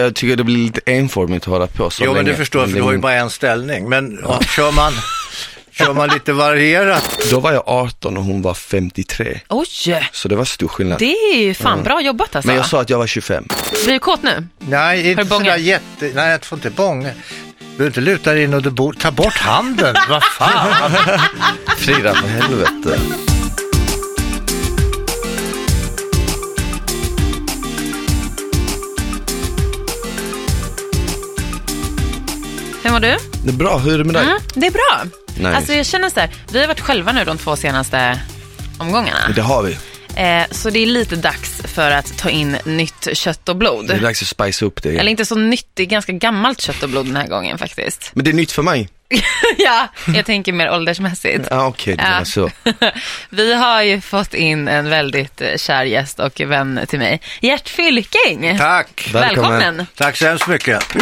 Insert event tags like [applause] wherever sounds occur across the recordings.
jag tycker det blir lite enformigt att hålla på så Jo, men länge. det förstår jag, för det- du har ju bara en ställning. Men ja, kör, man, kör man lite varierat? Då var jag 18 och hon var 53, Oj, så det var stor skillnad. det är ju fan bra jobbat alltså. Mm. Men jag sa att jag var 25. Blir du kåt nu? Nej, inte du bånge? sådär jätte... Nej, jag får inte bånga. Du behöver inte luta dig in och du bor... ta bort [laughs] handen. Vad fan? Frida, för helvete. Hur mår du? Det är bra, hur är det med dig? Mm, det är bra. Nice. Alltså jag känner så här, vi har varit själva nu de två senaste omgångarna. Det har vi. Eh, så det är lite dags för att ta in nytt kött och blod. Det är dags att spice upp det Eller igen. inte så nytt, det är ganska gammalt kött och blod den här gången faktiskt. [laughs] Men det är nytt för mig. ja, jag tänker mer åldersmässigt. [laughs] Ah, Okej, det var Ja. så. Vi har ju fått in en väldigt eh, kär gäst och vän till mig, Gert Fylking. Tack! Välkommen. Välkommen. Tack så hemskt mycket.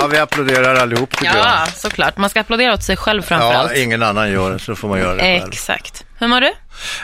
Ja, vi applåderar allihop tycker Ja, såklart. Man ska applådera åt sig själv jag. Ja, framförallt. ingen annan gör det, så får man göra det själv. Exakt. Hur mår du?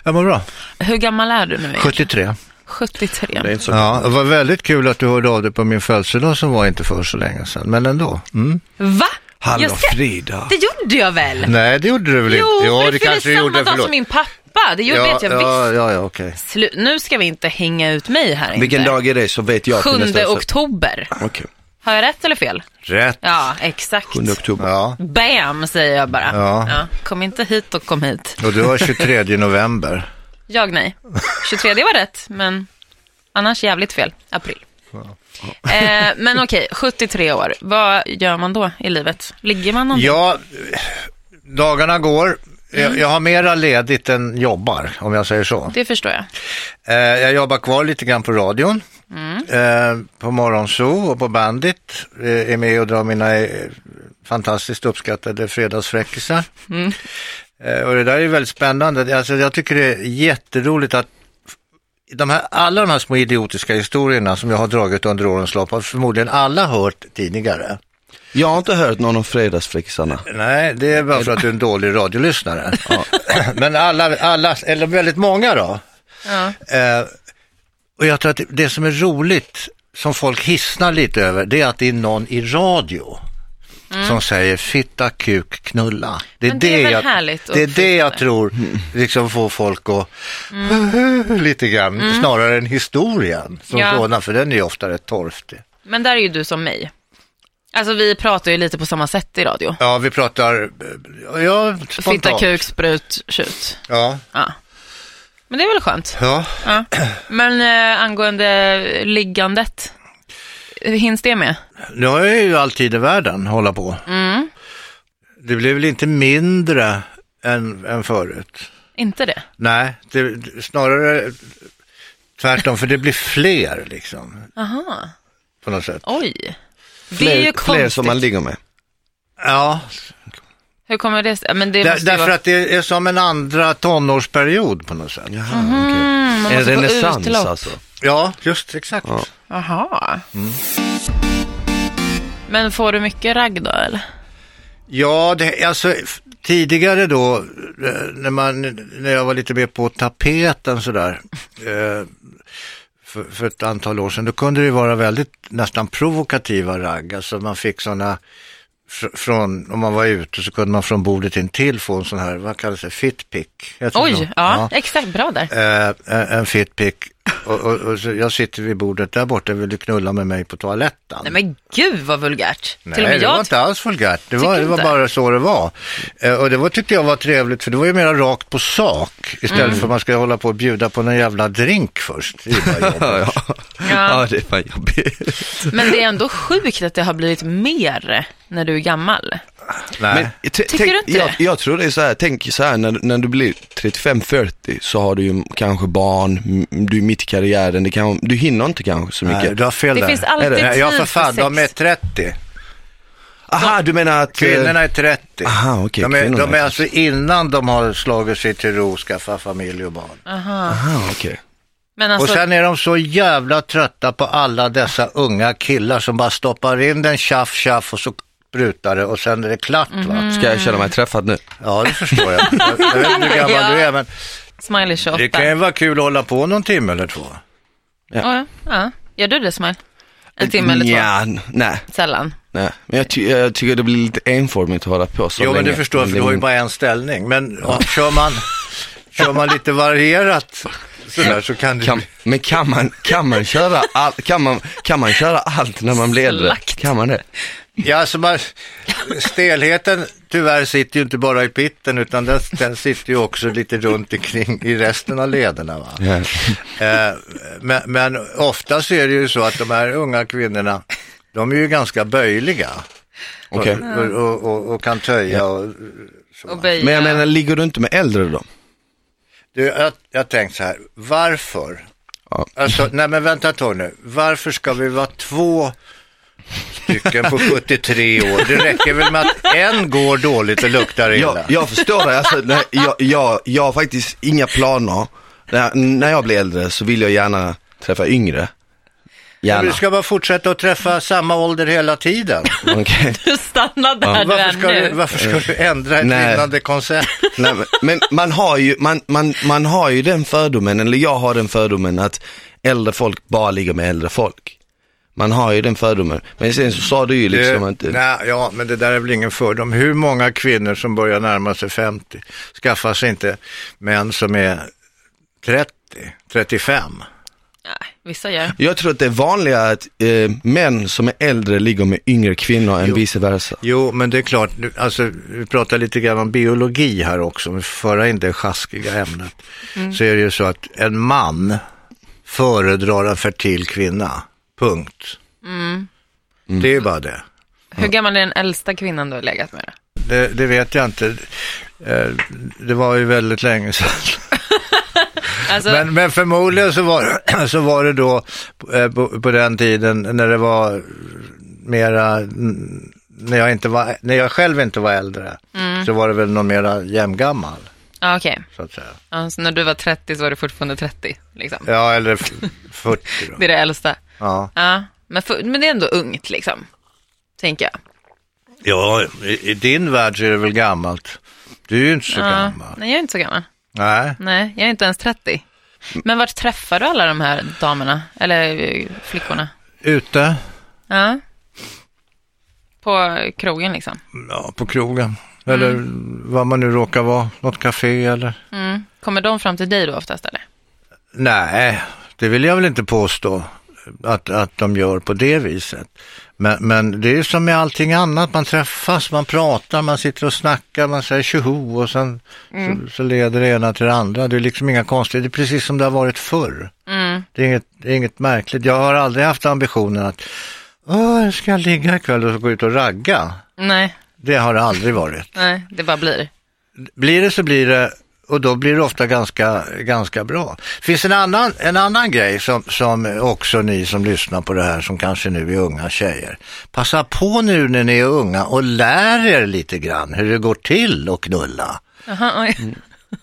Jag mår bra. Hur gammal är du nu? 73. 73. Det är inte så. Ja, det var väldigt kul att du hörde av dig på min födelsedag som var inte för så länge sedan, men ändå. Mm. Va? Hallå Jag ska- Frida. Det gjorde jag väl? Nej, det gjorde du väl Jo, inte? ja, för det det kanske samma dag som min pappa. Det gjorde ja, att jag ja, visste. ja, ja, okej. Slu- Nu ska vi inte hänga ut mig här Vilken inte. dag är det så vet jag. till 7 nästa vecka. oktober. Okej, Har jag rätt eller fel? Rätt. Ja, exakt. 7 oktober. Ja, Bam, säger jag bara. Ja. Kom inte hit och kom hit. och du var 23 november. Jag nej. 23 var rätt, men annars jävligt fel. April. Eh, men okej, 73 år. Vad gör man då i livet? Ligger man någon Ja, dagarna går. Jag, jag har mera ledigt än jobbar, om jag säger så. Det förstår jag. Eh, jag jobbar kvar lite grann på radion. Eh, på Morgonzoo och på Bandit. Eh, är med och drar mina eh, fantastiskt uppskattade fredagsfräckisar. Eh, och det där är väldigt spännande. Alltså, jag tycker det är jätteroligt att de här, alla de här små idiotiska historierna som jag har dragit under årens lopp har förmodligen alla hört tidigare. Jag har inte hört någon om fredagsfrixarna. Nej, det är bara för att du är en dålig radiolyssnare. Men alla, alla, eller väldigt många då. Ja. Eh, och jag tror att det som är roligt, som folk hissnar lite över, det är att det är någon i radio som säger fitta, kuk, knulla. Det är Mm. Men det är väl jag, härligt Mm. och det, är fint, det jag eller? tror liksom får folk att Mm. lite grann, snarare än historien som Ja. sådan, för den är ju ofta rätt torftig. Men där är ju du som mig. Alltså vi pratar ju lite på samma sätt i radio. Ja, vi pratar, eh, ja, spontant. Fitta, kuk, sprut, tjut. Ja, Ja. Men det är väl skönt. ja. Ja. Men eh, angående liggandet, hinns det med? Nu har jag ju all tid i världen att hålla på. Mm. Det blev väl inte mindre än, än förut? Inte det? Nej, det, snarare tvärtom, för det blir fler liksom. Aha. På något sätt. Oj. Det är Fler, ju fler konstigt. som man ligger med. Ja, Hur kommer det sig? Men det där, måste ju därför vara... att det är som en andra tonårsperiod på något sätt. Jaha, okej. Mm, man En måste få renässans utlopp. alltså. Ja, just exakt. Ja. Aha. Mm. Men får du mycket ragg då eller? Ja, det, alltså f- tidigare då, eh, när, man, när jag var lite mer på tapeten [laughs] sådär, eh, för, för ett antal år sedan, då kunde det vara väldigt nästan provokativa ragg. Alltså man fick sådana, fr- från, om man var ute så kunde man från bordet intill få en sån här, vad kallas det, fitpick? Oj, ja, exakt. Bra där. Eh, en- en fitpick. Och, och, och så jag sitter vid bordet där borta, vill du knulla med mig på toaletten? Nej men gud vad vulgärt. Nej, Till och med det var jag inte alls vulgärt. Det var, Tycker det var inte? bara så det var. Eh, och det var, tyckte jag var trevligt, för det var ju mera rakt på sak. Istället Mm. för att man ska hålla på och bjuda på någon jävla drink först. Det är [laughs] bara jobbigt. Ja, ja. ja, det är fan jobbigt. Men det är ändå sjukt att det har blivit mer när du är gammal. Nej. Men, t- Tycker tänk, du inte jag, det? jag tror det är så här, tänk så här när, när du blir 35-40 så har du ju kanske barn, m- du är mitt i karriären, det kan, du hinner inte kanske så mycket. Nej, du har fel Det där. finns alltid Är det? Nej, ja, för tid fan, för de är sex. 30. Aha, du menar att... eh, Kvinnorna är 30. Aha, okej, de är, kvinnorna de är är alltså innan de har slagit sig till ro, skaffat familj och barn. Alltså- Aha, okej. Men alltså, Och sen är de så jävla trötta på alla dessa unga killar som bara stoppar in den tjaff, tjaff och så sprutar det och sen är det klart. Va? Mm. Ska jag känna mig träffad nu? Ja, det förstår jag. Jag, jag vet inte hur gammal Ja. du är, men smiley 28. det kan ju vara kul att hålla på någon timme eller två. ja. Ja. Gör du det, smile? En timme eller två? Ja, n- nej, Sällan. nej. Men jag, ty- jag tycker det blir lite enformigt att hålla på så Jo, länge. men det förstår jag, för du har ju bara en ställning. Men ja. kör, man, kör man lite varierat sådär så kan det... Kan, men kan man, kan man köra allt, kan man, kan man köra allt när man blir äldre? Slakt. Kan man det? Ja, alltså man, stelheten tyvärr sitter ju inte bara i pitten utan den, den sitter ju också lite runt omkring i resten av lederna. Va? Ja. Eh, men, men ofta så är det ju så att de här unga kvinnorna, de är ju ganska böjliga. Okej. Och, och, och, och kan töja. Och, Och böja. Men jag menar, ligger du inte med äldre då? du, jag, jag tänkte så här, varför? Ja. Alltså, nej men vänta ett tag nu, varför ska vi vara två stycken på 73 år? Det räcker väl med att en går dåligt och luktar Jag, illa? jag förstår det, alltså, nej, jag, jag, jag har faktiskt inga planer. När, när jag blir äldre så vill jag gärna träffa yngre. Du Gärna. ska bara fortsätta att träffa samma ålder hela tiden. [laughs] Okej. Du stannar där du Varför är ska nu. du, varför ska du ändra ett Nej. vinnande koncept? Nej, men- men man har, ju, man, man, man har ju den fördomen, eller jag har den fördomen att äldre folk bara ligger med äldre folk. Man har ju den fördomen. Men sen så sa du ju [laughs] liksom att... Det- Nej, ja, men det där är väl ingen fördom. Hur många kvinnor som börjar närma sig 50 skaffar sig inte män som är 30, 35? Nej, vissa gör. Jag tror att det är vanligare att eh, män som är äldre ligger med yngre kvinnor än vice versa. Jo, men det är klart, nu- alltså, vi pratar lite grann om biologi här också, om vi får föra in det sjaskiga ämnet. Så är det ju så att en man föredrar en fertil kvinna, punkt. Det är ju bara det. Hur gammal är den äldsta kvinnan du har legat med? då? Det, det vet jag inte. Eh, Det var ju väldigt länge sedan. Alltså, Men, men förmodligen så var, [clears throat] så var det då eh, på, på den tiden när det var mera, mm, när jag, inte var, när jag själv inte var äldre, Mm. så var det väl någon mera jämngammal. ja, okej. Så att säga. Ja, så när du var 30 så var du fortfarande 30. Liksom. Ja, eller f- [laughs] 40 då. Det är det äldsta. Ja, Ja, men, för, men det är ändå ungt liksom. Tänker jag. ja i, i din värld så är det väl gammalt. Du är ju inte så Ja, gammal. nej, jag är inte så gammal. Nej. Nej, jag är inte ens 30. Men vart träffar du alla de här damerna? Eller eh, flickorna? Ute, Ja. På krogen liksom. ja, på krogen. Eller vad man nu råkar vara, något café eller? Mm. Kommer de fram till dig då oftast eller? Nej, det vill jag väl inte påstå att, att de gör på det viset. Men, men det är ju som med allting annat, man träffas, man pratar, man sitter och snackar, man säger tjoho och sen så, så leder det ena till det andra. Det är liksom inga konstigheter, det är precis som det har varit förr. Det, är inget, det är inget märkligt. Jag har aldrig haft ambitionen att, åh, jag ska ligga ikväll och så gå ut och ragga. Nej, Det har det aldrig varit. nej, det bara blir. Blir det så blir det och då blir det ofta ganska, ganska bra. finns en annan, en annan grej som, som också ni som lyssnar på det här som kanske nu är unga tjejer. Passa på nu när ni är unga och lär er lite grann hur det går till att knulla. Jaha, oj.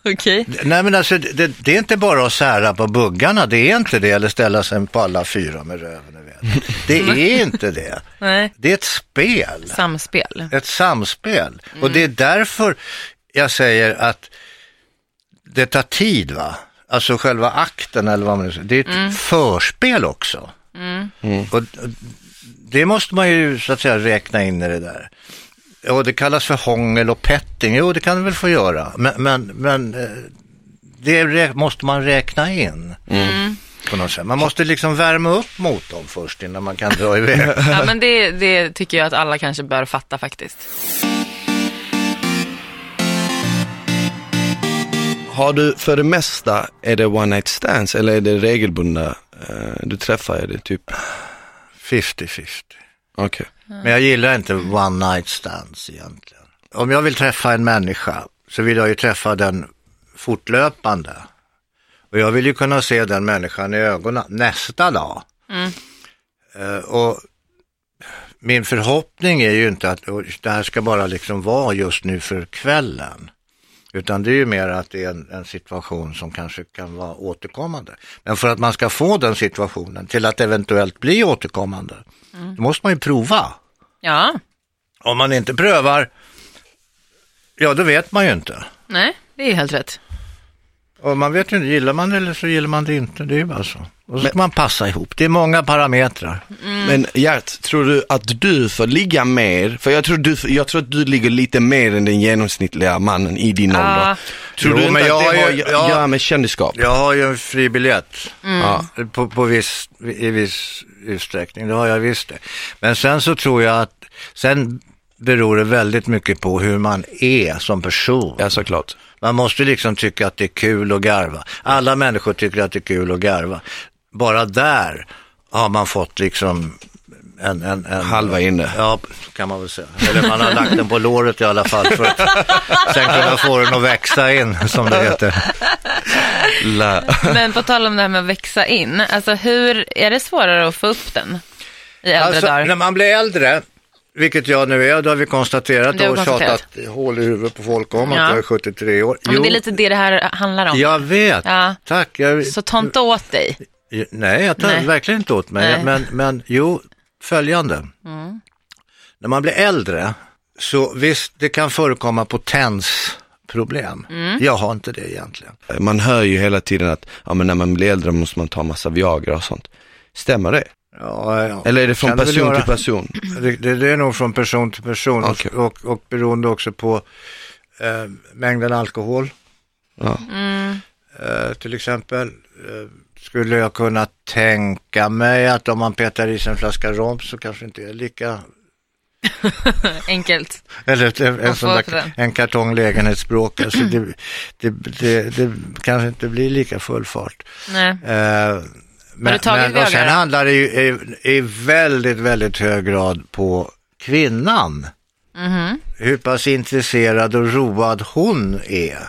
[laughs] Okej. Nej men alltså det, det är inte bara att sära på buggarna, det är inte det, eller ställa sig på alla fyra med röven. i vädret. Det är inte det. Nej, Det är ett spel samspel. ett samspel. Och det är därför jag säger att det tar tid va? Alltså själva akten eller vad man nu säger. Det är ett förspel också. Och och det måste man ju så att säga räkna in i det där. Och det kallas för hångel och petting. Jo, det kan det väl få göra. Men, men, men eh, det rä- måste man räkna in. På något sätt. Man måste liksom värma upp motorn först innan man kan dra iväg. Ja, men det, det tycker jag att alla kanske bör fatta faktiskt. Har du för det mesta, är det one night stands eller är det regelbundna? eh, du träffar, är det typ, 50-50. okej. Men jag gillar inte one night stands egentligen. Om jag vill träffa en människa så vill jag ju träffa den fortlöpande. Och jag vill ju kunna se den människan i ögonen nästa dag. Eh, och min förhoppning är ju inte att och det här ska bara liksom vara just nu för kvällen. Utan det är ju mer att det är en, en situation som kanske kan vara återkommande. Men för att man ska få den situationen till att eventuellt bli återkommande, då måste man ju prova. Ja, Om man inte prövar, ja då vet man ju inte. nej, det är helt rätt. Och man vet ju inte, gillar man det eller så gillar man det inte. Det är ju bara så. Och så ska man passa ihop. Det är många parametrar. Men Gert, tror du att du får ligga mer? För jag tror, du, jag tror att du ligger lite mer än den genomsnittliga mannen i din ålder. Tror Jo, du inte men att jag det har har ju- att jag- göra med kändisskap? Jag har ju en fri biljett Ja. på, på viss, i viss utsträckning. Det har jag visst det. Men sen så tror jag att, sen beror det väldigt mycket på hur man är som person. ja, såklart. Man måste liksom tycka att det är kul att garva. Alla människor tycker att det är kul att garva. Bara där har man fått liksom en, en, en Halva inne. Ja, kan man väl säga. Eller man har lagt den på låret i alla fall för att sen kunna få den att växa in, som det heter. La. [laughs] Men på tal om det här med att växa in, alltså hur, är det svårare att få upp den i äldre Alltså, dagar? när man blir äldre, vilket jag nu är, då har vi konstaterat Det har och vi konstaterat. tjatat hål i huvudet på folk om Ja. att jag är 73 år. Ja, men det är lite det det här handlar om. jag vet. Ja. Tack. Jag, Så ta inte åt dig. Ju- Nej, jag tar Nej. verkligen inte åt mig. Nej. Mm. Men, men jo, följande. När man blir äldre, så visst, det kan förekomma potensproblem. Mm. Jag har inte det egentligen. [laughs] Man hör ju hela tiden att ja, men när man blir äldre måste man ta massa Viagra och sånt. Stämmer det? Ja, ja. Eller är det från Kan väl person göra. till person? Det, det, det är nog från person till person Okej. och, och, och beroende också på eh, mängden alkohol. Ja. Mm. Eh, till exempel eh, skulle jag kunna tänka mig att om man petar i sig en flaska rom så kanske inte är lika Enkelt. Eller ett- en, en, Man sån får där, för en kartong lägenhetsbråk. Alltså det, det, det, det kanske inte blir lika full fart. Nej. Eh, men, tagit men, och sen Viagra? handlar det ju i, i väldigt, väldigt hög grad på kvinnan. Mhm. Hur pass intresserad och road hon är.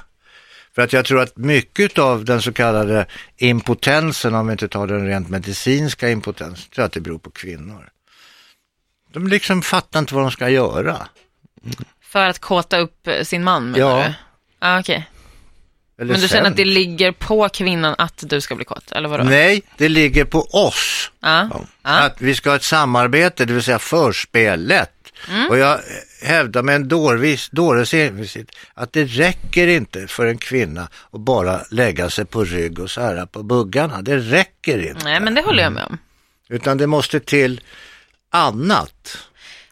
För att jag tror att mycket av den så kallade impotensen, om vi inte tar den rent medicinska impotensen, tror jag att det beror på kvinnor. De liksom fattar inte vad de ska göra. För att kåta upp eh, sin man menar Ja. du? Ja, okej. Eller Men du känner sen. att det ligger på kvinnan att du ska bli kåt, eller vadå? Nej, det ligger på oss. Ja. Ja. Att vi ska ha ett samarbete, det vill säga förspelet. Mm. Och jag hävdar med en dårvis, dåres envishet att det räcker inte för en kvinna att bara lägga sig på rygg och sära på buggarna. Det räcker inte. Nej, men det håller jag med om. Utan det måste till annat.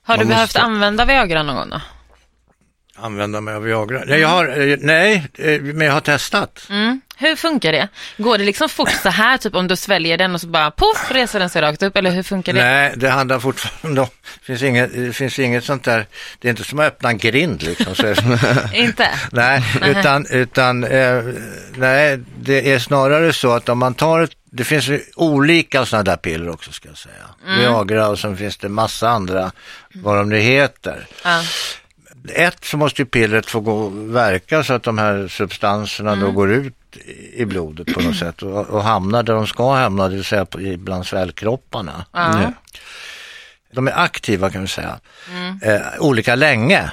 Har du måste- behövt använda Viagra någon gång då? Använda mig av Viagra. Nej, jag har, eh, nej, eh, men jag har testat. Mm. Hur funkar det? Går det liksom fort så här, typ om du sväljer den och så bara poff, reser den sig rakt upp, eller hur funkar det? Nej, det handlar fortfarande om, det finns inget, det finns inget sånt där, det är inte som att öppna en grind liksom. Så [laughs] Inte? Nej, utan, utan eh, nej, det är snarare så att om man tar ett, det finns ju olika sådana där piller också ska jag säga. Viagra och sen finns det massa andra, vad de nu heter. Ja. Ett så måste ju pillret få gå, verka så att de här substanserna då går ut i- i blodet på något sätt och, och hamnar där de ska hamna, det vill säga på, i- bland svällkropparna. Ja. De är aktiva kan vi säga, Mm. eh, olika länge.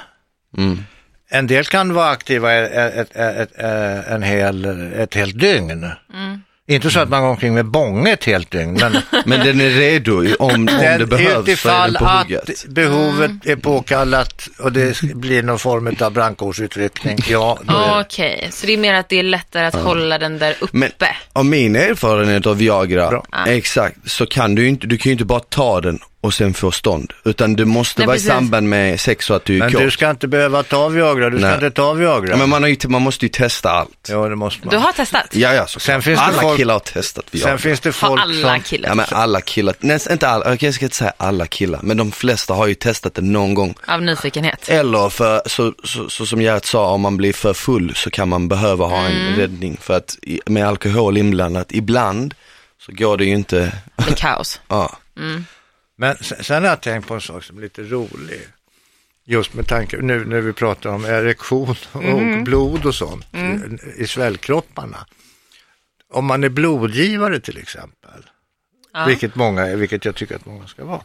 Mm. En del kan vara aktiva ett, ett, ett, ett, eh, en hel, ett helt dygn. Mm. Inte så att man går omkring med bånge ett helt dygn, [laughs] men Men den är redo i- om, om det behövs så är den på hugget. Mm. att behovet Mm. är påkallat och det blir någon form av brandkårsutryckning, ja, då är det. Ah, Okej, så det är mer att det är lättare att hålla den där uppe. Men av min erfarenhet av Viagra, exakt, så kan du ju inte, du kan ju inte bara ta den och sen få stånd. Utan det måste Nej, vara precis. i samband med sex och att du är Men du kåt. ska inte behöva ta Viagra, du ska Nej. inte ta Viagra. Men man, har ju, man måste ju testa allt. Ja, Ja, det måste man. Du har testat? ja, Sen såklart. finns det alla folk- killar har testat Viagra. Sen finns det Har folk alla som... killar Ja men alla killar, nästan inte alla, okej, jag ska inte säga alla killar, men de flesta har ju testat det någon gång. av nyfikenhet? Eller för, så, så, så som Gert sa, om man blir för full så kan man behöva ha en Mm. räddning för att i- med alkohol inblandat, ibland så går det ju inte, Det är kaos. ja. Men sen, sen har jag tänkt på en sak som är lite rolig. Just med tanke, nu när vi pratar om erektion och blod och sånt i svällkropparna. Om man är blodgivare till exempel, vilket många är, vilket jag tycker att många ska vara,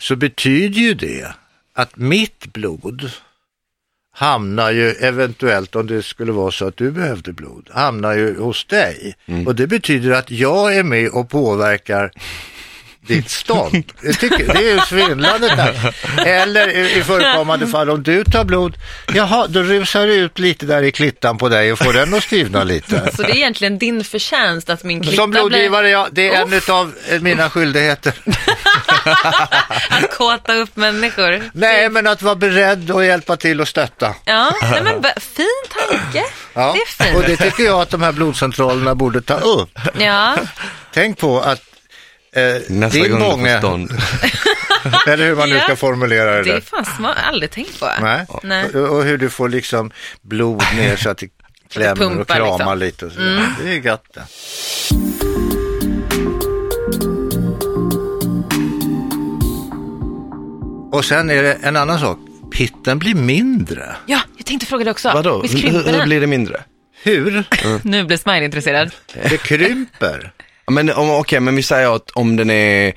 så betyder ju det att mitt blod hamnar ju eventuellt, om det skulle vara så att du behövde blod, hamnar ju hos dig. Och det betyder att jag är med och påverkar ditt stånd. Jag tycker, det är ju svindlande där. Eller i, i förekommande fall om du tar blod, jaha, då rusar det ut lite där i klittan på dig och får den att stivna lite. Så det är egentligen din förtjänst att min klitta Som blodgivare, blir... ja, det är en av mina skyldigheter. Att kåta upp människor. Nej, men att vara beredd och hjälpa till och stötta. Ja, nej, men b- fin tanke. Ja. Det är Och fint. det tycker jag att de här blodcentralerna borde ta upp. Ja, Tänk på att eh, Nästa din gång du får bånge, stånd. eller hur man nu ska Ja. formulera det det är där. fan smart. Aldrig tänkt på. Nej. Nej. Och, och hur du får liksom blod ner så att [laughs] det klämmer och pumpar kramar liksom. lite och sådär. Det är gött det. Och sen är det en annan sak, pitten blir mindre. Ja, jag tänkte fråga dig också. [laughs] Vadå? Visst Hur, krymper hur den? blir det mindre? Hur? Nu blir Smile intresserad. Det krymper. Ja, Men om- okej, men vi säger att om den är...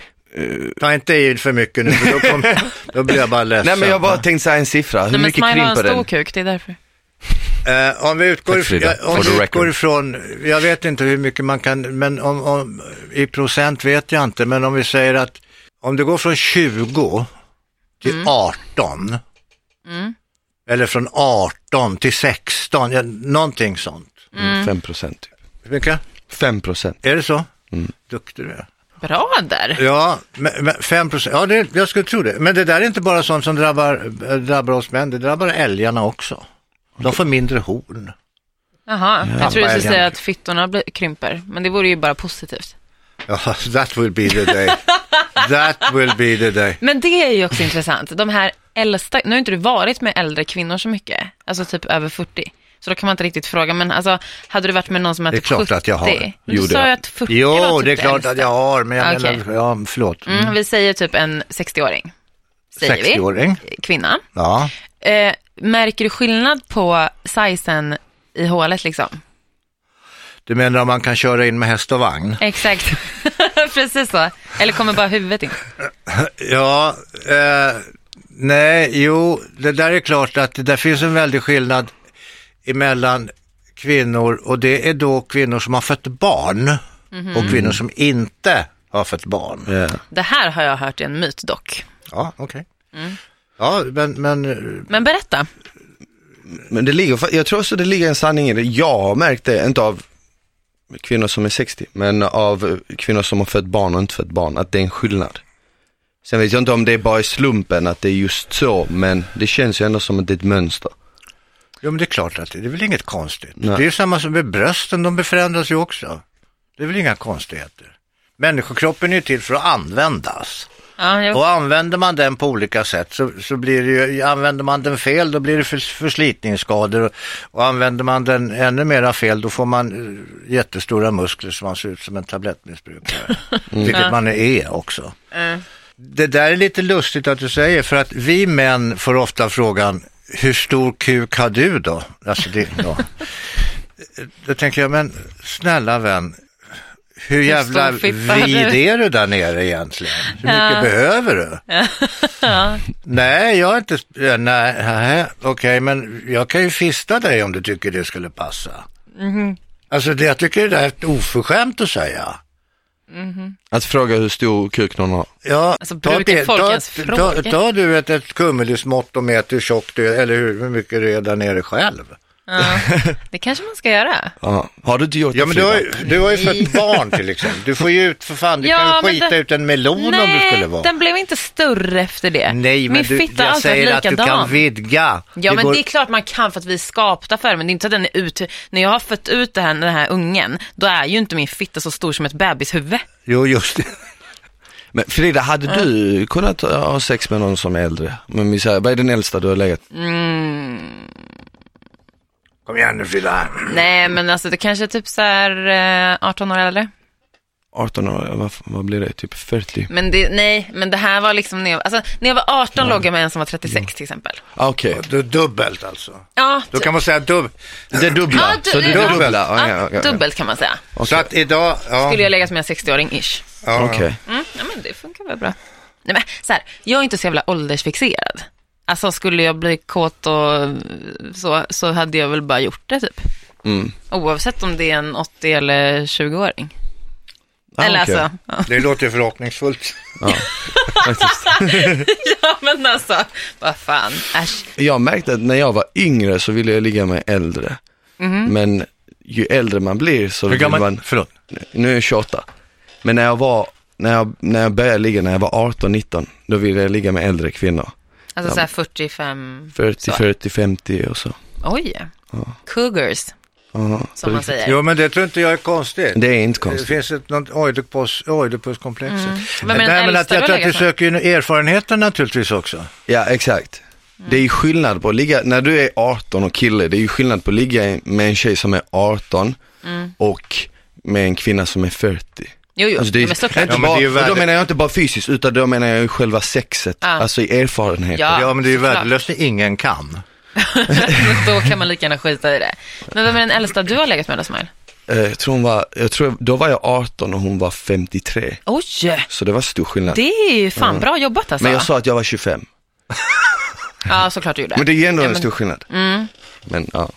Ta inte i för mycket nu, för då, kom, då blir jag bara ledsen. Nej men jag bara tänkte säga en siffra, hur Nej, men mycket Smile har en krymper stor den? kuk, det är därför. Eh, om vi utgår, Tack, Frida, ja, om for the vi record. utgår ifrån, jag vet inte hur mycket man kan, men om, om, i procent vet jag inte, men om vi säger att om det går från 20 till 18, eller från 18 till 16, ja, någonting sånt. Mm, 5% typ. Hur mycket? 5%. Är det så? Mm. Duktig du är. Bra där. Ja, men, men 5 procent, ja det, jag skulle tro det. Men det där är inte bara sånt som drabbar, eh, drabbar oss män, det drabbar älgarna också. De får mindre horn. Jaha, jag tror du skulle Älgen. säga att fittorna blir- krymper, men det vore ju bara positivt. Ja, that will be the [laughs] day. That will be the day. Men det är ju också intressant. De här äldsta, nu har inte du varit med äldre kvinnor så mycket, alltså typ över 40. Så då kan man inte riktigt fråga, men alltså hade du varit med någon som är Det är typ klart 70? att jag har. Men Du Jo, det sa har- ju att 40 var Jo, typ det är klart äldsta. att jag har, men jag Okej. menar, ja, förlåt. Mm, vi säger typ en 60-åring. Säger vi. 60-åring. Kvinna. Ja. Eh, märker du skillnad på sizen i hålet liksom? Du menar om man kan köra in med häst och vagn? Exakt, [laughs] precis så. Eller kommer bara huvudet in? Ja, eh, nej, jo, det där är klart att det där finns en väldig skillnad emellan kvinnor och det är då kvinnor som har fött barn Mhm. och kvinnor som inte har fött barn. Det här har jag hört är en myt dock. Ja, okej. Mm. Ja, men, men Men berätta. Men det ligger, jag tror också det ligger en sanning i det. Jag har märkt det, inte av kvinnor som är 60, men av kvinnor som har fött barn och inte fött barn, att det är en skillnad. Sen vet jag inte om det är bara i slumpen att det är just så, men det känns ju ändå som att det är ett mönster. Jo, men det är klart att det, det är väl inget konstigt. Nej. Det är ju samma som med brösten, de förändras ju också. Det är väl inga konstigheter. Människokroppen är ju till för att användas. Ja, jag... Och använder man den på olika sätt så, så blir det ju, använder man den fel då blir det för, förslitningsskador och, och använder man den ännu mera fel då får man eh, jättestora muskler som man ser ut som en tablettmissbrukare. Vilket man är också. Mm. Det där är lite lustigt att du säger för att vi män får ofta frågan hur stor kuk har du då? Alltså [laughs] det, ja. Då tänker jag, men snälla vän, hur jävla stor fitta har vid du? är du där nere egentligen? Hur mycket behöver [laughs] du? Nej, jag är inte... ja, Nej, nej, okej, men jag kan ju fista dig om du tycker det skulle passa. Mhm. Alltså det, jag tycker det där är ett oförskämt att säga. Att fråga hur stor kuk någon har. Ja, Alltså, brukar folk ens ta, fråga? ta, ta du ett, ett kummelismått och mät hur tjock du är, eller hur, hur mycket du är där nere själv. [laughs] Ja. Det kanske man ska göra. Ja. Har du inte gjort Ja, det men du har, Frida? ju- du har ju fött barn till exempel. Du får ju ut, för fan, du Ja, kan ju men skita det- ut en melon om du skulle vara. den blev inte större efter det. Nej, men Min du, fitta har jag alltid säger varit att du likadan. kan vidga. Ja, Du men går- det är klart man kan för att vi är skapta för det, men det är inte att den är ut... När jag har fött ut det här, den här ungen, då är ju inte min fitta så stor som ett bebishuvud. Jo, just det. Men Frida, hade du kunnat ha sex med någon som är äldre? Men vi säger, vad är den äldsta du har legat? Kom igen nu Frida. Nej, men alltså det kanske är typ så här eh, 18 år äldre. 18 år, vad, vad blir det? Typ 40? Men det, nej, men det här var liksom när jag, alltså, när jag var 18 låg jag med en som var 36 till exempel. Ah, Okej, Du dubbelt alltså. Ja, Mm. Då kan man säga dubb. det dubbla. Ja, du- så det dubbla. dubbla. Ah, ja, ja, ja, ja. dubbelt kan man säga. Så att idag, ja. Skulle jag legat med en 60-åring ish. ja. Okej. Mm, ja, men det funkar väl bra. Nej, men, så här, jag är inte så jävla åldersfixerad. Alltså skulle jag bli kåt och eh, så, så hade jag väl bara gjort det typ. Mm. Oavsett om det är en 80 eller 20-åring. Ah, Eller okej. alltså, ja. [laughs] Det låter ju förhoppningsfullt. Ja, faktiskt. ja men alltså, vad fan, äsch. Jag märkte att när jag var yngre så ville jag ligga med äldre. Mhm. Men ju äldre man blir så Hur vill gammal? man, Förlåt. nu är jag 28. Men när jag var, när jag, när jag började ligga när jag var 18-19, då ville jag ligga med äldre kvinnor. Alltså så här 45, 40, Så. 40, 50 och så. oj, cougars Ja, som man säger. Jo, men det tror inte jag är konstigt. Det är inte Det konstigt. finns ett något Oidipus- Oidipus-komplex. Vem Mm. är den Nej, men att äldsta jag du tror att har du legat med? söker ju erfarenheten naturligtvis också. Ja, exakt. Mm. Det är ju skillnad på att ligga, när du är 18 och kille, det är ju skillnad på att ligga med en tjej som är 18 och med en kvinna som är 40. Jo, jo, Alltså det är, men inte såklart. Mm. Ja, men bara, det är ju och då värde- menar jag inte bara fysiskt, utan då menar jag ju själva sexet, Ja. alltså i erfarenhet. Ja, Ja, men det är ju såklart. värdelöst när ingen kan. [laughs] Då kan man lika gärna skita i det. Men vem är den äldsta du har legat med då, Smile? Eh, Jag tror hon var, jag tror, då var jag 18 och hon var 53, Oj, så det var stor skillnad. det är ju fan bra jobbat alltså. Men jag sa att jag var 25, Ja, såklart du gjorde. men det är ju ändå Ja, en men- Mm. stor skillnad. Men ja.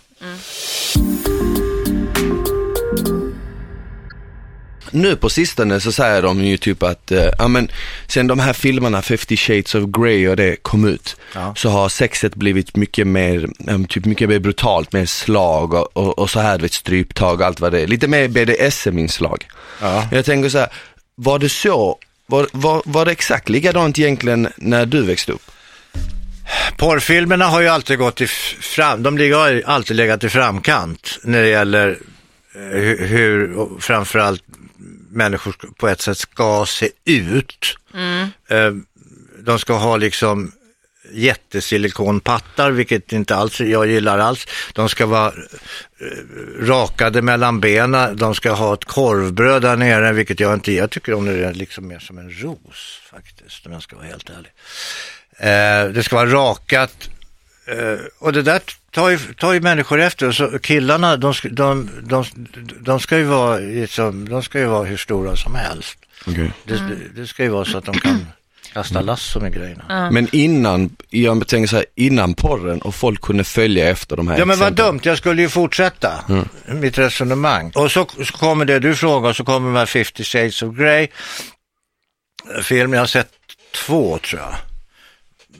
Nu på sistone så säger de ju typ att, eh, ja men sen de här filmerna 50 shades of Grey och det kom ut Ja. så har sexet blivit mycket mer, eh, typ mycket mer brutalt, mer slag och, och, och så här du vet stryptag och allt vad det är. Lite mer BDSM-inslag. Ja. Jag tänker så här, var det så, var, var, var det exakt likadant egentligen när du växte upp? Porrfilmerna har ju alltid gått i f- fram, de ligger- har ju alltid legat i framkant när det gäller eh, hu- hur och framförallt människor sk- på ett sätt ska se ut. Eh, De ska ha liksom jättesilikonpattar, vilket inte alls jag gillar alls. De ska vara eh, rakade mellan benen, de ska ha ett korvbröd där nere, vilket jag inte Jag tycker om det är liksom mer som en ros faktiskt, om jag ska vara helt ärlig. Eh, det ska vara rakat. Eh, och det där tar ju, tar ju människor efter. Och Så killarna, de, sk- de, de, de, ska ju vara, liksom, de ska ju vara hur stora som helst. Det, det ska ju vara så att de kan [clears throat] kasta lasso med grejerna. Men innan, jag tänker så här, innan porren och folk kunde följa efter de här Ja men vad exemplen. dumt, jag skulle ju fortsätta mitt resonemang. Och så, så kommer det du frågar, och så kommer de här 50 shades of Grey. Film, jag har sett två tror jag.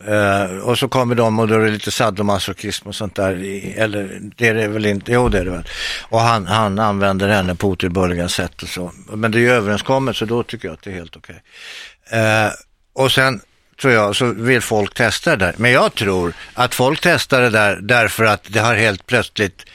Eh, och så kommer de och då är det lite sadomasochism och sånt där. i- Eller det är det väl inte, jo det är det väl. Och han, han använder henne på otillbörliga sätt och så. Men det är ju överenskommet så då tycker jag att det är helt okej. Eh, och sen tror jag så vill folk testa det där. Men jag tror att folk testar det där därför att det har helt plötsligt,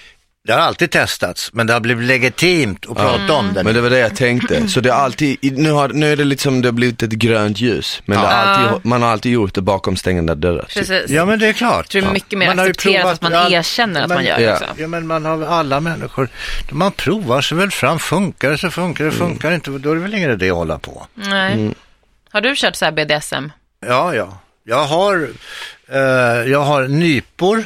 det har alltid testats, men det har blivit legitimt att prata om det. Men det var det jag [clears throat] tänkte, så det är alltid, i- nu, har, nu är det lite som det har blivit ett grönt ljus, men det har alltid, man har alltid gjort det bakom stängda dörrar. typ. Precis. Ja men det är klart. tror det är mycket mer Man har ju accepterat provat att man allt. erkänner att Men- man gör Ja. det också. Ja men man har väl alla människor, man provar sig väl fram, funkar det så funkar det, Mm. funkar det inte då är det väl ingen idé att hålla på. Nej. Har du kört så här BDSM? Ja, ja. Jag har, eh, jag har nypor,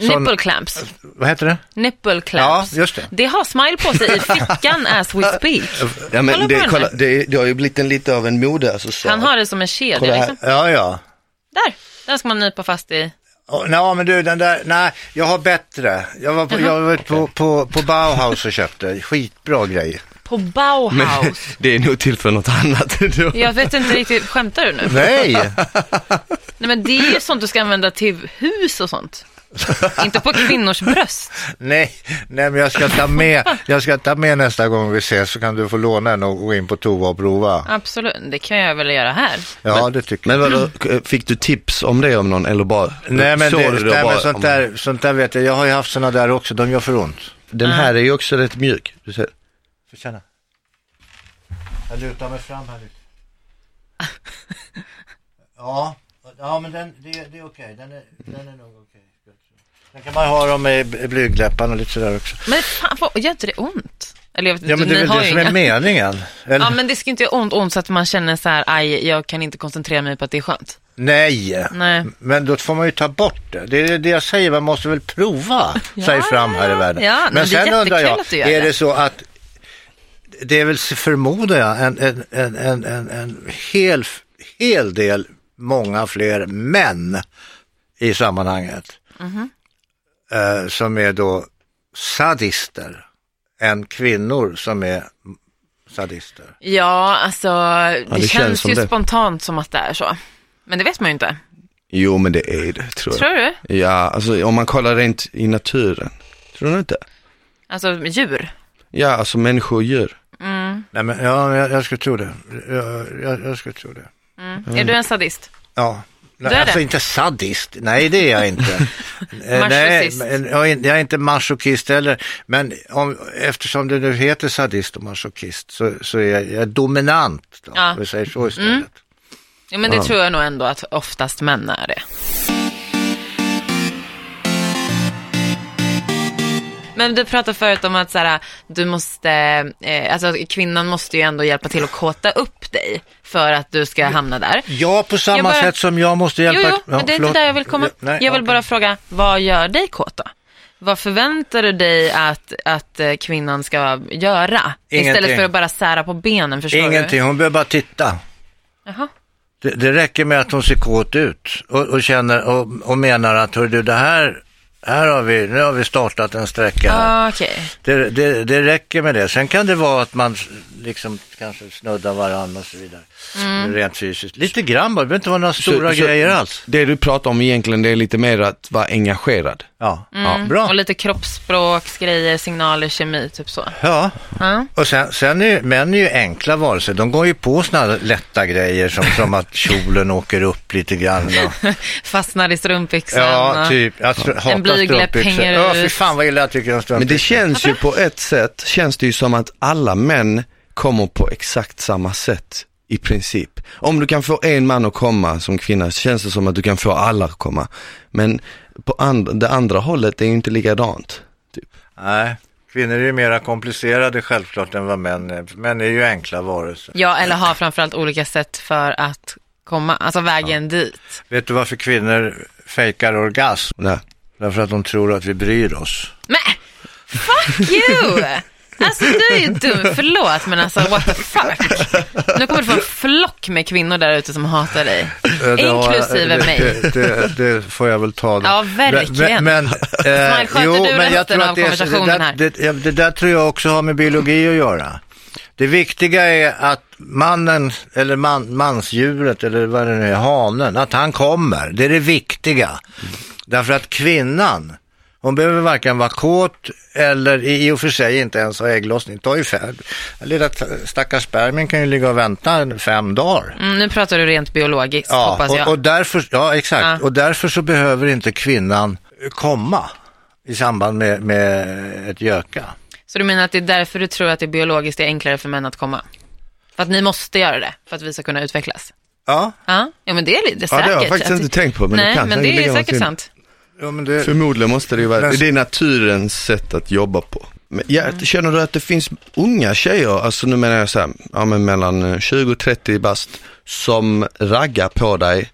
Sån- Nipple clamps. vad heter det? Nipple clamps. Ja, just det. Det har Smile på sig i fickan as we speak. Ja, Kolla men på det, henne. kolla, det, det har ju blivit en, lite av en mode, alltså, så. Han har det som en kedja. Kolla här. Liksom. Ja, ja. Där, den ska man nypa fast i. Oh, nej men du den där, nej jag har bättre. Jag var på, jag var på, på, på Bauhaus och köpte, skitbra grej. På Bauhaus. Det är nog till för något annat. [laughs] då. Jag vet inte riktigt, skämtar du nu? Nej, Nej men det är ju sånt du ska använda till hus och sånt. inte på kvinnors bröst. [laughs] nej, nej men jag ska ta med, jag ska ta med nästa gång vi ses så kan du få låna den och gå in på toa och prova. Absolut, det kan jag väl göra här. Ja det tycker jag. Men vadå, k- fick du tips om det om någon eller bara Nej men, såg det, du då nej, bara men sånt, om- där, sånt där vet jag, jag har ju haft såna där också, de gör för ont. Ah. Den här är ju också rätt mjuk, du ser. Får känna. Jag lutar mig fram här [laughs] lite. Ja, ja men den, det, det är okej. Den, är, den är nog okej. Sen kan man ha dem i b- blygdläpparna och lite sådär också. Men fan, vad, gör inte det ont? Eller jag vet inte, Ja men det ni är väl har det ju som är inga. meningen. Eller? Ja men det ska inte göra ont, ont så att man känner så här, aj, jag kan inte koncentrera mig på att det är skönt. Nej. Nej. Men då får man ju ta bort det. Det är det jag säger, man måste väl prova Ja, sig fram här i världen. ja, men men det är sen undrar jättekul jag, att du gör är det. det så att det är väl förmodar jag en, en, en, en, en, en hel, hel del, många fler män i sammanhanget Mm-hmm. eh, som är då sadister än kvinnor som är sadister? Ja, alltså det, det känns känns, som ju det. spontant som att det är så. Men det vet man ju inte. Jo men det är det tror jag. Tror du? Ja, alltså om man kollar rent i naturen. Tror du inte? Alltså djur. Ja, alltså människor och djur. Nej, men, ja, jag, jag skulle tro det. Jag, jag, jag skulle tro det. Mm. Är du en sadist? Ja. Nej, Du är alltså det? inte sadist, nej det är jag [laughs] inte. Eh, nej, Masochist. men jag är in- jag är inte masochist heller, men om, eftersom det nu heter sadist och masochist så, så är jag, jag är dominant, då, Ja. Mm. om vi säger så istället. Ja, men det tror jag nog ändå att oftast män är det. Men du pratade förut om att så här, du måste, eh, alltså kvinnan måste ju ändå hjälpa till att kåta upp dig för att du ska hamna där. Ja, på samma Jag bara- sätt som jag måste hjälpa... Jo, jo, Ja, men det är inte förlåt. där jag vill komma. Ja, nej, jag vill okej. bara fråga, vad gör dig kåt då? Vad förväntar du dig att, att eh, kvinnan ska göra? Istället Ingenting. för att bara sära på benen, förstår Ingenting, hon behöver bara titta. du? Jaha. Det, det räcker med att hon ser kåt ut och, och, känner, och, och menar att hör du, det här, här har vi, nu har vi startat en sträcka. här." Ah, Okej. Det, det, det räcker med det. Sen kan det vara att man liksom kanske snuddar varandra och så vidare. Mm. Rent fysiskt. Lite grann bara, det behöver inte vara några stora så- grejer alls. Det du pratar om egentligen det är lite mer att vara engagerad. Ja, ja. Mm. Och bra. lite kroppsspråk, grejer, signaler, kemi, typ så. Ja, [laughs] Ja. och sen, sen är ju, män är ju enkla varelser. De går ju på sådana lätta grejer som, som att kjolen åker upp lite grann. [laughs] Och, Fastnar i strumpbyxan. ja, och- typ. Jag tr- hatar blygdläpp strumpbyxor. eh, hänger Ja, ut. fy fan vad illa jag tycker om Men det strumpbyxor. känns ju på ett sätt, känns det ju som att alla män kommer på exakt samma sätt i princip. Om du kan få en man att komma som kvinna så känns det som att du kan få alla att komma. Men på and- det andra hållet är ju inte likadant. Typ. Nej, kvinnor är ju mera komplicerade självklart än vad män är. Män är ju enkla varelser. Ja, eller har framförallt olika sätt för att komma, alltså vägen dit. Vet du varför kvinnor fejkar orgasm? Nej. Därför att de tror att vi bryr oss. Men, fuck you! Alltså du är ju dum, förlåt men alltså what the fuck. Nu kommer du få en flock med kvinnor där ute som hatar dig. Inklusive Eh, det, mig. Det, det, det får jag väl ta då. Ja, verkligen. Men, men, eh, Smile, sköter du resten av är- konversationen det, där- här? Det, ja, det där tror jag också har med biologi att göra. Det viktiga är att mannen, eller man, mansdjuret, eller vad det nu är, hanen, att han kommer. Det är det viktiga. Därför att kvinnan, hon behöver varken vara kåt eller i i och för sig inte ens ha ägglossning. Ta ju fem, lilla t- stackars spermien kan ju ligga och vänta en fem dagar. Mm, nu pratar du rent biologiskt hoppas jag. och, och därför, ja exakt, Ja. och därför så behöver inte kvinnan komma i samband med, med ett göka. Så du menar att det är därför du tror att det biologiskt är enklare för män att komma? För att ni måste göra det för att vi ska kunna utvecklas? Ja, Ja, ja men det är det är säkert. Ja, det har jag faktiskt att- inte tänkt på, men det Nej, kan men säkert det ligga är någonting. säkert sant. ja men det, Förmodligen måste det ju vara, Men- det är naturens sätt att jobba på. Men, ja, Känner du att det finns unga tjejer, alltså nu menar jag så här, ja, men mellan eh, 20 och 30 bast, som raggar på dig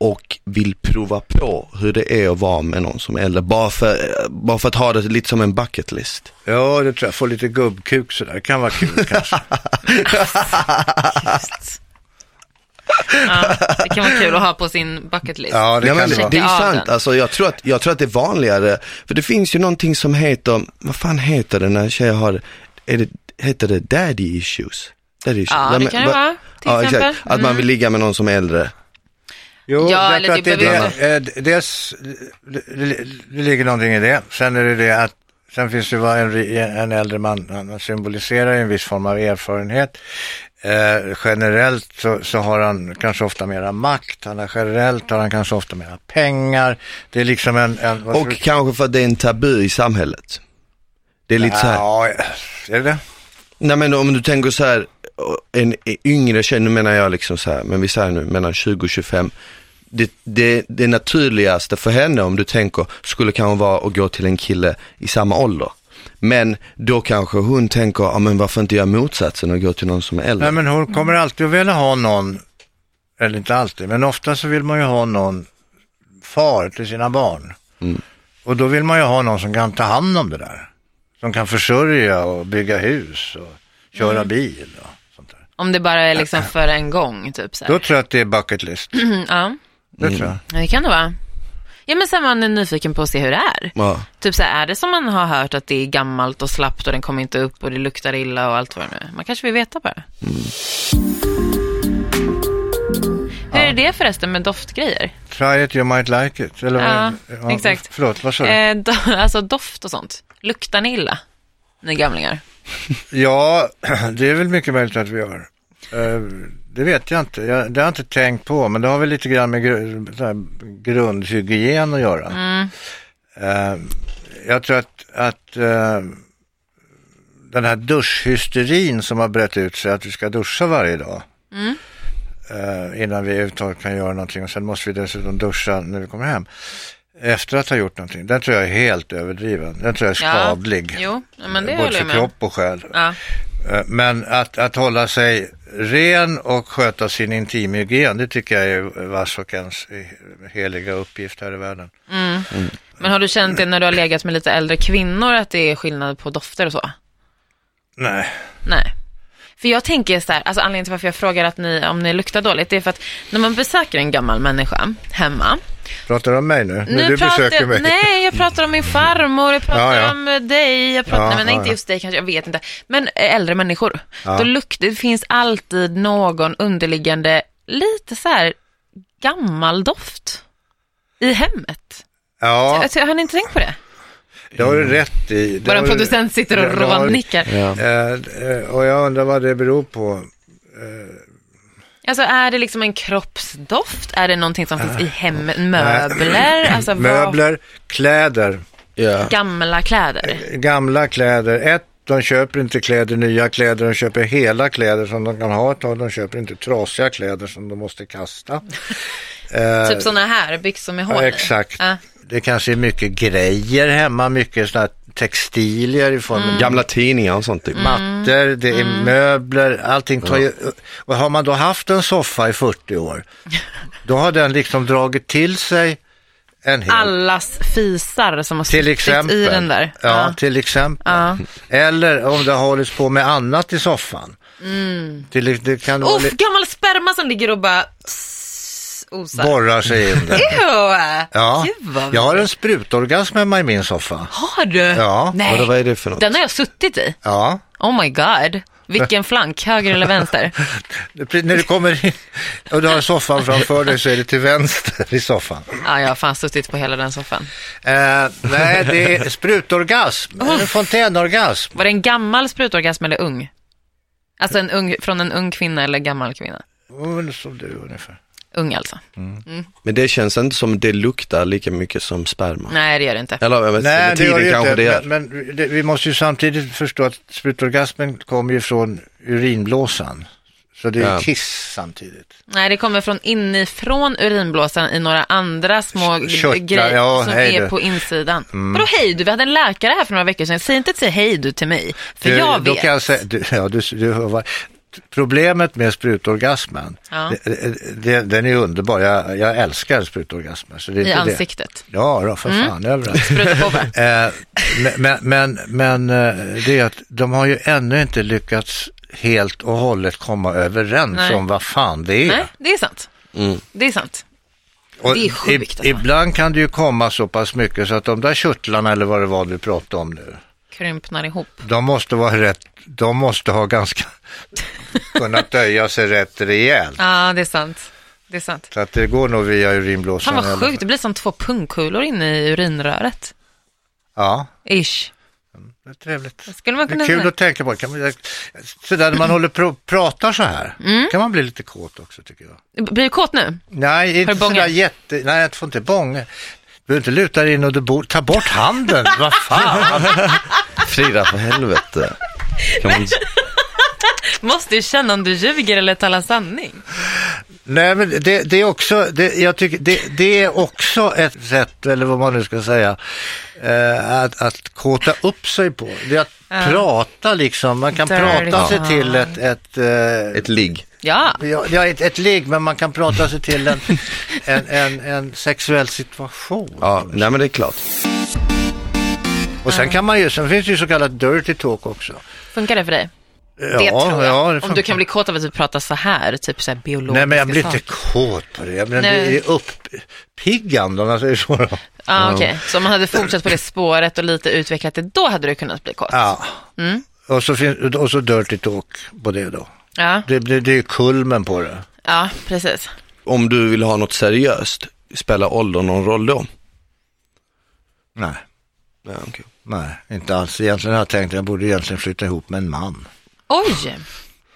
och vill prova på hur det är att vara med någon som är äldre, bara för, eh, bara för att ha det lite som en bucket list. ja, det tror jag, få lite gubbkuk sådär, det kan vara kul kanske. Ja, det kan vara kul att ha på sin bucket list. Ja, det Ja, kan men det vara. det är ju Checka av sant, den. alltså, jag, tror att, jag tror att det är vanligare, för det finns ju någonting som heter, vad fan heter det när tjejer har, är det, heter det daddy issues? Daddy issues. Ja, det men- kan det va- vara, till ja, exempel. Mm. Exakt. Att man vill ligga med någon som är äldre. Alltså, Jo, Ja, därför eller att det, typ det, av- eh, d- dels, det, det, det ligger någonting i det. Sen är det det att, sen finns det ju vad en, ri- en äldre man, han symboliserar ju en viss form av erfarenhet. Eh, generellt så, så har han kanske ofta mera makt, han har generellt har han kanske ofta mera pengar. Det är liksom en... en vad Och ska kanske för att det är en tabu i samhället. Det är vi- lite så här. Ja, är det det? Nej men om du tänker så här, en yngre tjej, nu menar jag liksom så här, men vi säger nu mellan 20 och 25. Det, det, det naturligaste för henne om du tänker skulle kanske vara att gå till en kille i samma ålder. Men då kanske hon tänker, ja men varför inte göra motsatsen och gå till någon som är äldre? Nej, men hon kommer alltid att vilja ha någon, eller inte alltid, men ofta så vill man ju ha någon far till sina barn. Och då vill man ju ha någon som kan ta hand om det där. Som kan försörja och bygga hus och köra Mm. bil och sånt där. Om det bara är liksom för en gång, typ så här. Då tror jag att det är bucket list. Mm, ja, Det tror jag. Ja, det kan det vara. Ja, men sen var man nyfiken på att se hur det är. Ja. Typ så här, är det som man har hört att det är gammalt och slappt och den kommer inte upp och det luktar illa och allt vad det nu är? Man kanske vill veta bara. Mm. Hur är det förresten med doftgrejer? Try it, you might like it. Eller Ja, vad- exakt. Förlåt, vad sa du? Eh, do, [laughs] alltså doft och sånt. Luktar ni illa? Ni gamlingar. Ja, [clears throat] det är väl mycket möjligt att vi gör. Eh, Det vet jag inte. Jag, det har jag inte tänkt på, men det har väl lite grann med gru- så här grundhygien att göra. Mm. Eh, Jag tror att, att eh, den här duschhysterin som har brett ut sig, att vi ska duscha varje dag. Mm. eh, Innan vi överhuvudtaget kan göra någonting och sen måste vi dessutom duscha när vi kommer hem. Efter att ha gjort någonting. Den tror jag är helt överdriven. Den tror jag är skadlig. Ja, jo, ja, men det Både håller för jag med om. kropp och själ. Ja. Eh, Men att, att hålla sig ren och sköta sin intimhygien, det tycker jag är Vassokens heliga uppgift här i världen. Men har du känt det när du har legat med lite äldre kvinnor att det är skillnad på dofter och så? Nej, Nej. För jag tänker så här, alltså anledningen till varför jag frågar att ni, om ni luktar dåligt, det är för att när man besöker en gammal människa hemma. pratar du om mig nu? När du pratar besöker jag, mig? Nej, jag pratar om min farmor, jag pratar Ja, ja. om eh, dig, jag pratar, Ja, nej, ja, men inte ja. just dig kanske, jag vet inte. Men eh, äldre människor, då luktar, det finns alltid någon underliggande, lite så här gammal doft i hemmet. Ja, Alltså, har ni inte tänkt på det? det har du rätt i. Det Vår har du- producent sitter det och har- rånickar. Ja. Eh, eh, och jag undrar vad det beror på. Alltså är det liksom en kroppsdoft? Är det någonting som finns i hem, möbler? Alltså vad- Äh. Möbler, kläder, Ja. gamla kläder? gamla kläder. Ett, de köper inte kläder, nya kläder, de köper hela kläder som de kan ha ett tag. De köper inte trasiga kläder som de måste [laughs] kasta. Eh, Typ sådana här byxor med hål Ja, i. exakt. Ja. Det kanske är mycket grejer hemma, mycket sådana textilier i form av Mm. Gamla tidningar och sånt typ. mattor, det är möbler, allting tar ju... Och har man då haft en soffa i 40 år, då har den liksom dragit till sig en hel... Allas fisar som har Till suttit exempel. i den där. Ja, till exempel. Eller om det har hållits på med annat i soffan. Till, det kan vara Mm. Uff, li- gammal sperma som ligger och bara tss, osar. borrar sig in där. Ew! Ja. alltså. Gud, vad... Jag har en sprutorgasm hemma i min soffa. Har du? Ja. Vadå, vad Nej, är det för något? den har jag suttit i. Ja. Oh my god. Vilken flank, höger [laughs] eller vänster? Pre- När du kommer in och du har soffan framför dig så är det till vänster i soffan. Ja, jag har fan suttit på hela den soffan. Eh, nej, det är sprutorgasm, eller fontänorgasm. Var det en gammal sprutorgasm eller ung? Alltså en ung, från en ung kvinna eller gammal kvinna? Ungefär Som du ungefär. Ung Mm. alltså. Men det känns inte som det luktar lika mycket som sperma. Nej, det gör det inte. Eller jag vet inte, Nej, med det gör tiden det kanske det inte. gör. [laughs] Men, men det, vi måste ju samtidigt förstå att sprutorgasmen kommer ju från urinblåsan. Så det är Ja. kiss samtidigt. Nej, det kommer från inifrån urinblåsan i några andra små g- Körtlar, grejer ja, som hej är du. Mm. på insidan. Vadå hej du? Vi hade en läkare här för några veckor sedan. Säg inte till hej du till mig, för Du, jag Eh, Då vet. kan jag säga, du, ja, du, du, hör vad- problemet med sprutorgasmen, Ja. det, det, den är underbar. Jag, jag älskar sprutorgasmer. Så det är I inte det. ansiktet. Mm. Ja, då, för fan, överallt. Spruta på [laughs] bara. Eh, men, men, men eh, det är att de har ju ännu inte lyckats helt och hållet komma överens Nej. om vad fan det är. Nej, det är sant. Det är sant. och det är sjukt, alltså. Ibland kan det ju komma så pass mycket så att de där körtlarna eller vad det var du pratade om nu, Krympnar ihop. de måste vara rätt, de måste ha ganska, [laughs] kunna töja sig rätt rejält. Ja, det är sant. Det är sant. Så att det går nog via Fan urinblåsan. vad eller- sjukt, det blir som två pungkulor inne i urinröret. Ja, Ish. det är trevligt. Det skulle man Det är kunna kul att tänka på. Kan man, så där när man håller på och pratar så här, Mm. kan man bli lite kåt också tycker jag. Blir du kåt nu? Nej, Har inte du bånge? sådär jätte... Nej, jag får inte bånge. Du behöver inte luta dig in och du bor... ta bort [laughs] handen. Vad fan? Frida, för helvete. Kan man... Måste ju känna om du ljuger eller talar sanning. Nej, men det, det är också, det, jag tycker, det, det är också ett sätt, eller vad man nu ska säga, eh, att, att kåta upp sig på. Det är att prata liksom, man kan Dirty prata sig talk. till ett, ett, eh, Ett ligg. Ja, Ja, ja, ett, ett ligg, men man kan prata sig till [laughs] en, en, en, en sexuell situation. Ja, nej men det är klart. Och sen kan man ju, sen finns det ju så kallat dirty talk också. funkar det för dig? Ja, det tror jag. ja, det om du funkar. kan bli kåt av att vi pratar så här, typ så här biologiska Nej men jag blir inte saker. kåt på det. Jag menar, Nej. det är upp, uppiggande om jag säger så. Då. Ja, okej. Så om man hade fortsatt på det spåret och lite utvecklat det, då hade du kunnat bli kåt? Ja. Mm. Och, så finns, och så Dirty Talk på det då. Ja, Det, det, det är kulmen på det. ja precis. Om du vill ha något seriöst, spelar åldern någon roll då? Nej, Ja, okej. nej, inte alls. Egentligen har jag tänkt att jag borde egentligen flytta ihop med en man. Oj!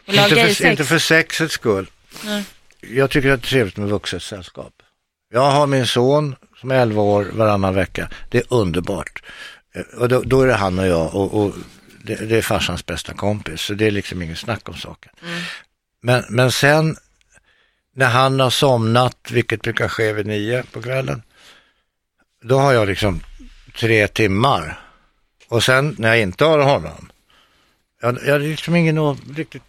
Vill du ha Inte gay för, sex? inte för sexets skull. Nej. Jag tycker att det är trevligt med vuxet sällskap. Jag har min son som är 11 år varannan vecka. Det är underbart. Eh, Och då, då är det han och jag och, och det, det är farsans bästa kompis. Så det är liksom ingen snack om saken. Mm. Men, men sen när han har somnat, vilket brukar ske vid nio på kvällen, då har jag liksom tre timmar. Och sen när jag inte har honom, jag, jag har liksom ingen att riktigt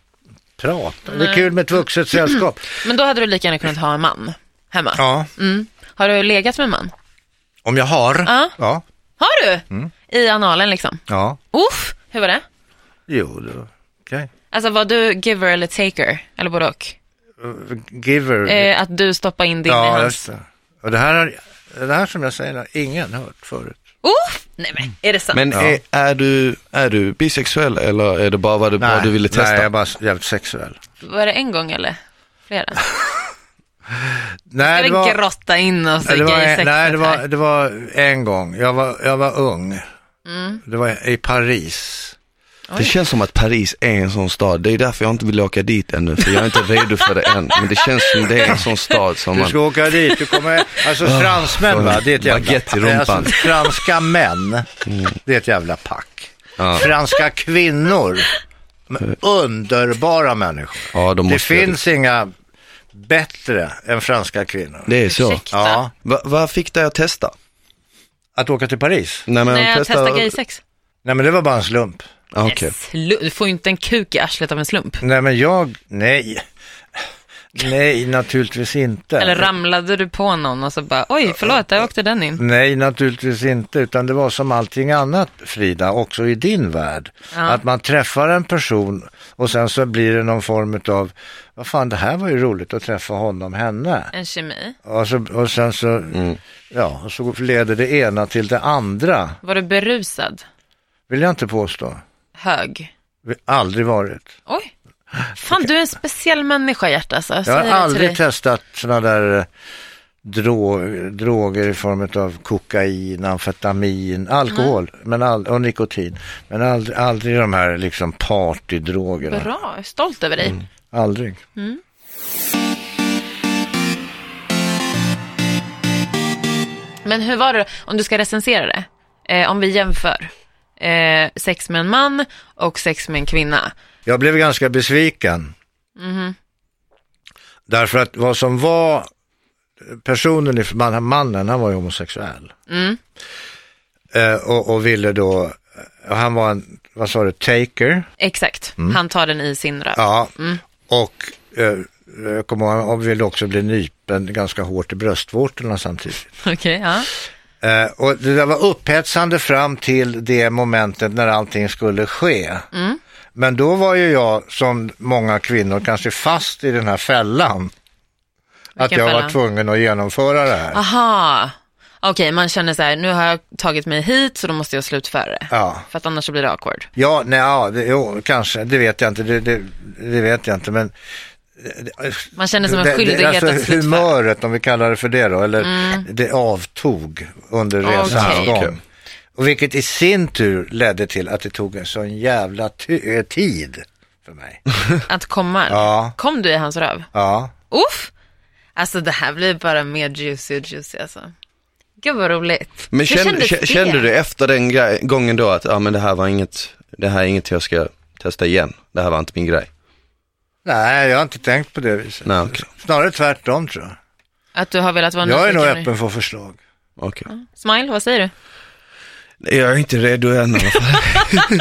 prata. Det är kul med ett vuxet sällskap. Men då hade du lika gärna kunnat ha en man hemma? [clears throat] Ja, Mm. Har du legat med en man? om jag har. Ja. Ja, Har du? Mm. I analen liksom? ja. Uff, hur var det? jo, det var- okej. Alltså var du giver eller taker? Eller både och? Uh, Giver. Eh, att du stoppar in din i ja, just hans... det. Och det här, har- det här som jag säger har ingen hört förut. Uff! Nej Mm. men, är det sant? Men är, är, du, är du bisexuell eller är det bara vad du, vad du ville testa? nej, jag är bara jävligt sexuell. Var det en gång eller flera? Nej, Ska vi det var, grotta in oss i det var, en, gaysexet nej det, var, typ här? det var en gång. Jag var, jag var ung. Det var i Paris. Det känns som att Paris är en sån stad. Det är därför jag inte vill åka dit ännu, för jag är inte redo för det än. Men det känns som det är en sån stad som Du man... Ah, ska åka dit, du kommer, alltså fransmän va, det är ett jävla Baguette i rumpan. Alltså, franska män, det är ett jävla pack. Mm. Ja. Franska kvinnor, men underbara människor. Ja, de det måste jag- finns inga bättre än franska kvinnor. Det är så. Ursäkta. Ja, Va- Vad fick dig att testa? att åka till Paris? Nej, men När jag testa- testar gaysex? Nej men det var bara en slump. Ah, okej. Slu- Du får ju inte en kuk i arslet av en slump. Nej men jag, nej. Nej, naturligtvis inte. Eller ramlade du på någon och så bara, oj förlåt, där åkte den in. Nej, naturligtvis inte, utan det var som allting annat Frida, också i din värld. Ja. Att man träffar en person och sen så blir det någon form av, vad fan det här var ju roligt att träffa honom, henne. En kemi. Och, så, och sen så, ja, och så leder det ena till det andra, Var du berusad? vill jag inte påstå. Hög? Vi- Aldrig varit. Oj. Fan, du är en speciell människa hjärta alltså. Jag Jag har säger det till aldrig dig. testat sådana där eh, dro- droger i form av kokain, amfetamin, alkohol men all- och nikotin. Men aldrig, aldrig de här liksom partydrogerna. Bra, jag är stolt över dig. Mm. Aldrig. Men hur var det, om du ska recensera det, eh, om vi jämför eh, sex med en man och sex med en kvinna. Jag blev ganska besviken. Mhm. Därför att vad som var personen, i man- mannen, han var ju homosexuell. Mm. Eh, och, och ville då, och han var en, vad sa du, taker? Exakt, han tar den i sin röv. Mm. Ja, och eh, jag kommer ihåg, han ville också bli nypen ganska hårt i bröstvårtorna samtidigt. [laughs] Okej, ja. Eh, och det där var upphetsande fram till det momentet när allting skulle ske. Men då var ju jag, som många kvinnor, kanske fast i den här fällan. att jag fälla? var tvungen att genomföra det här. Aha, okej man känner så här, nu har jag tagit mig hit så då måste jag slutföra det. Ja. För att annars så blir det awkward. Ja, nej, ja det, jo, kanske, det vet jag inte, det, det, det vet jag inte, men eh, Man känner som en det, det, skyldighet alltså, att slutföra. humöret, om vi kallar det för det då, eller det avtog under resans Mm. Okej. gång. Och vilket i sin tur ledde till att det tog en sån jävla ty- eh, tid [laughs] för mig. Att komma. Ja. Kom du i hans röv? Ja, Uff! Alltså det här blir bara mer juicy och juicy alltså. Gud vad roligt. Men Hur kände, kändes kä- det? kände du efter den gre- gången då att, ja ah, men det här var inget, det här är inget jag ska testa igen. Det här var inte min grej. nej jag har inte tänkt på det viset. Nej, okej. Snarare tvärtom tror jag. Att du har velat vara Jag är nog nyfiken nu? öppen för förslag. Okej. Smile, vad säger du? [laughs] Jag är inte redo än i alla fall.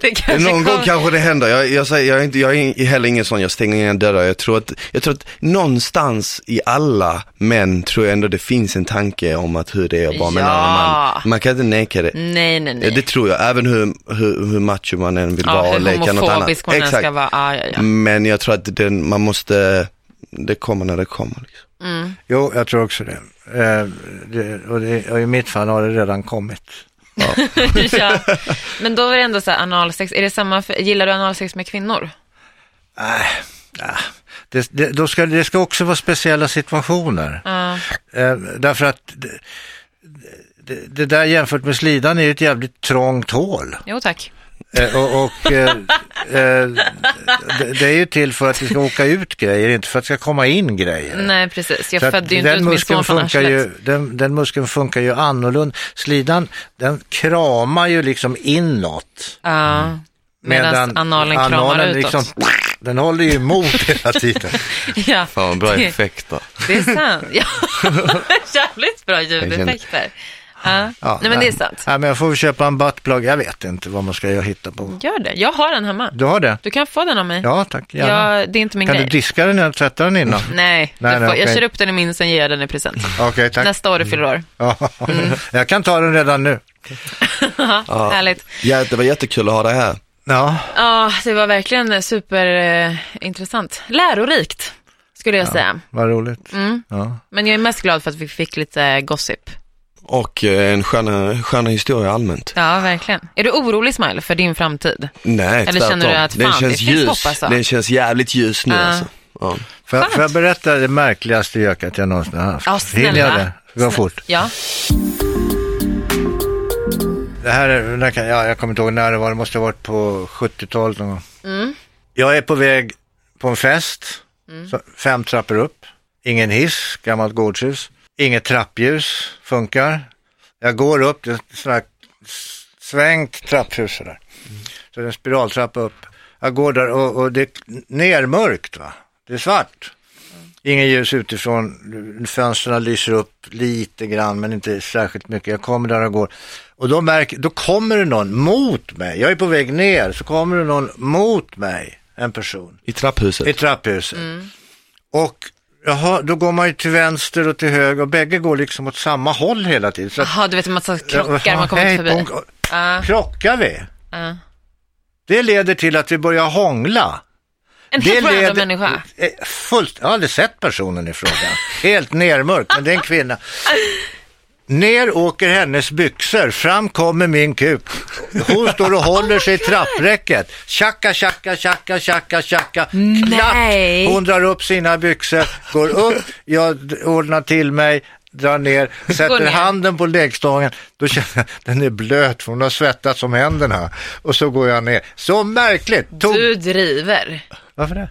Det kanske Någon gång kommer- kanske det händer. Jag, jag, säger, jag, är inte, jag är heller ingen sån, jag stänger inga dörrar. Jag tror, att, jag tror att någonstans i alla män tror jag ändå det finns en tanke om att hur det är att vara med en Ja. annan man. Man kan inte neka det. Nej, nej, nej. Det tror jag, även hur, hur, hur macho man än vill ja, vara och hur leka något annat. Mm. homofobisk man än ska vara. Ja, ja, ja. Men jag tror att den, man måste, det kommer när det kommer. Liksom. Mm. Jo, jag tror också det. Eh, det, och det. Och i mitt fall har det redan kommit. [laughs] ja. Men då var det ändå så här analsex, är det samma, för, gillar du analsex med kvinnor? Nej, nej. Äh, Det, det, då ska, det ska också vara speciella situationer. Ja. Eh, därför att det, det, det där jämfört med slidan är ju ett jävligt trångt hål. Jo tack. Eh, och och eh, eh, det, det är ju till för att det ska åka ut grejer, inte för att det ska komma in grejer. Nej precis, jag Så att födde ju inte ut den, mitt muskeln spån från funkar arslet. ju, den, den muskeln funkar ju annorlunda. Slidan, den kramar ju liksom inåt. Ja. Medan analen kramar utåt. liksom, den håller ju emot [laughs] hela tiden. [laughs] Ja, Fan, bra det, effekt då. det är sant. [laughs] Ja. Jävligt bra ljudeffekter. Ja. nej men det är sant. Ja, men jag får väl köpa en buttplug, jag vet inte vad man ska hitta på. Gör det, jag har den hemma. Du har det? Du kan få den av mig. Ja, tack. Gärna. jag, det är inte min kan grej. du diska den eller tvätta den innan? Nej, Nej, du nej, får, jag okej. kör upp den i min, sen ger jag den i present. Okej, tack. Mm. Nästa Mm. år du fyller år. Ja. [laughs] Jag kan ta den redan nu. Härligt. Ja, det var jättekul att ha dig här. Ja, Ja, det var verkligen superintressant. Lärorikt, skulle jag säga. vad roligt. Mm. Ja. Men jag är mest glad för att vi fick lite gossip. Och eh, en skön, skön historia allmänt. Ja, verkligen. Är du orolig, Smile, för din framtid? Nej, Eller tvärtom. känner du att Den fan, känns det finns ljus. hopp, alltså? Den känns jävligt ljus nu Ja. alltså. Ja. Får, jag- får jag berätta det märkligaste gökat jag någonsin har haft? Ja, snälla. Hinner jag det? Gå fort. Ja. Det här, är- när kan, ja, jag kommer inte ihåg när det var, det måste ha varit på 70-talet någon gång. Jag är på väg på en fest, så fem trappor upp, ingen hiss, gammalt gårdshus, inget trappljus, funkar. Jag går upp, det är sådär s- svängt trapphus sådär. Så det är en spiraltrappa upp. Jag går där och, och det är nermörkt va, det är svart. Inget ljus utifrån, fönstren lyser upp lite grann men inte särskilt mycket. Jag kommer där och går och då, märker, då kommer det någon mot mig. Jag är på väg ner så kommer det någon mot mig, en person, I trapphuset. i trapphuset. Mm. Och jaha, då går man ju till vänster och till höger och bägge går liksom åt samma håll hela tiden. Så att- Jaha, du vet en massa Ah, krockar Ja, man kommer hej, inte förbi. Ah. bonk. Ja, Krockar vi? ja. Det leder till att vi börjar hångla. En Det helt random leder- människa. Eh, Fullt, jag har aldrig sett personen i fråga. Helt nermörkt, men det är en kvinna. Ner åker hennes byxor, fram kommer min kuk. Hon står och håller sig i trappräcket. Tjacka, tjacka, tjacka, tjacka, tjacka. Klack! Nej. Hon drar upp sina byxor, går upp, jag d- ordnar till mig, drar ner, sätter ner. handen på läggstången. Då känner jag, den är blöt för hon har svettats om händerna. Och så går jag ner. Så märkligt! Tog... Du driver. Varför det?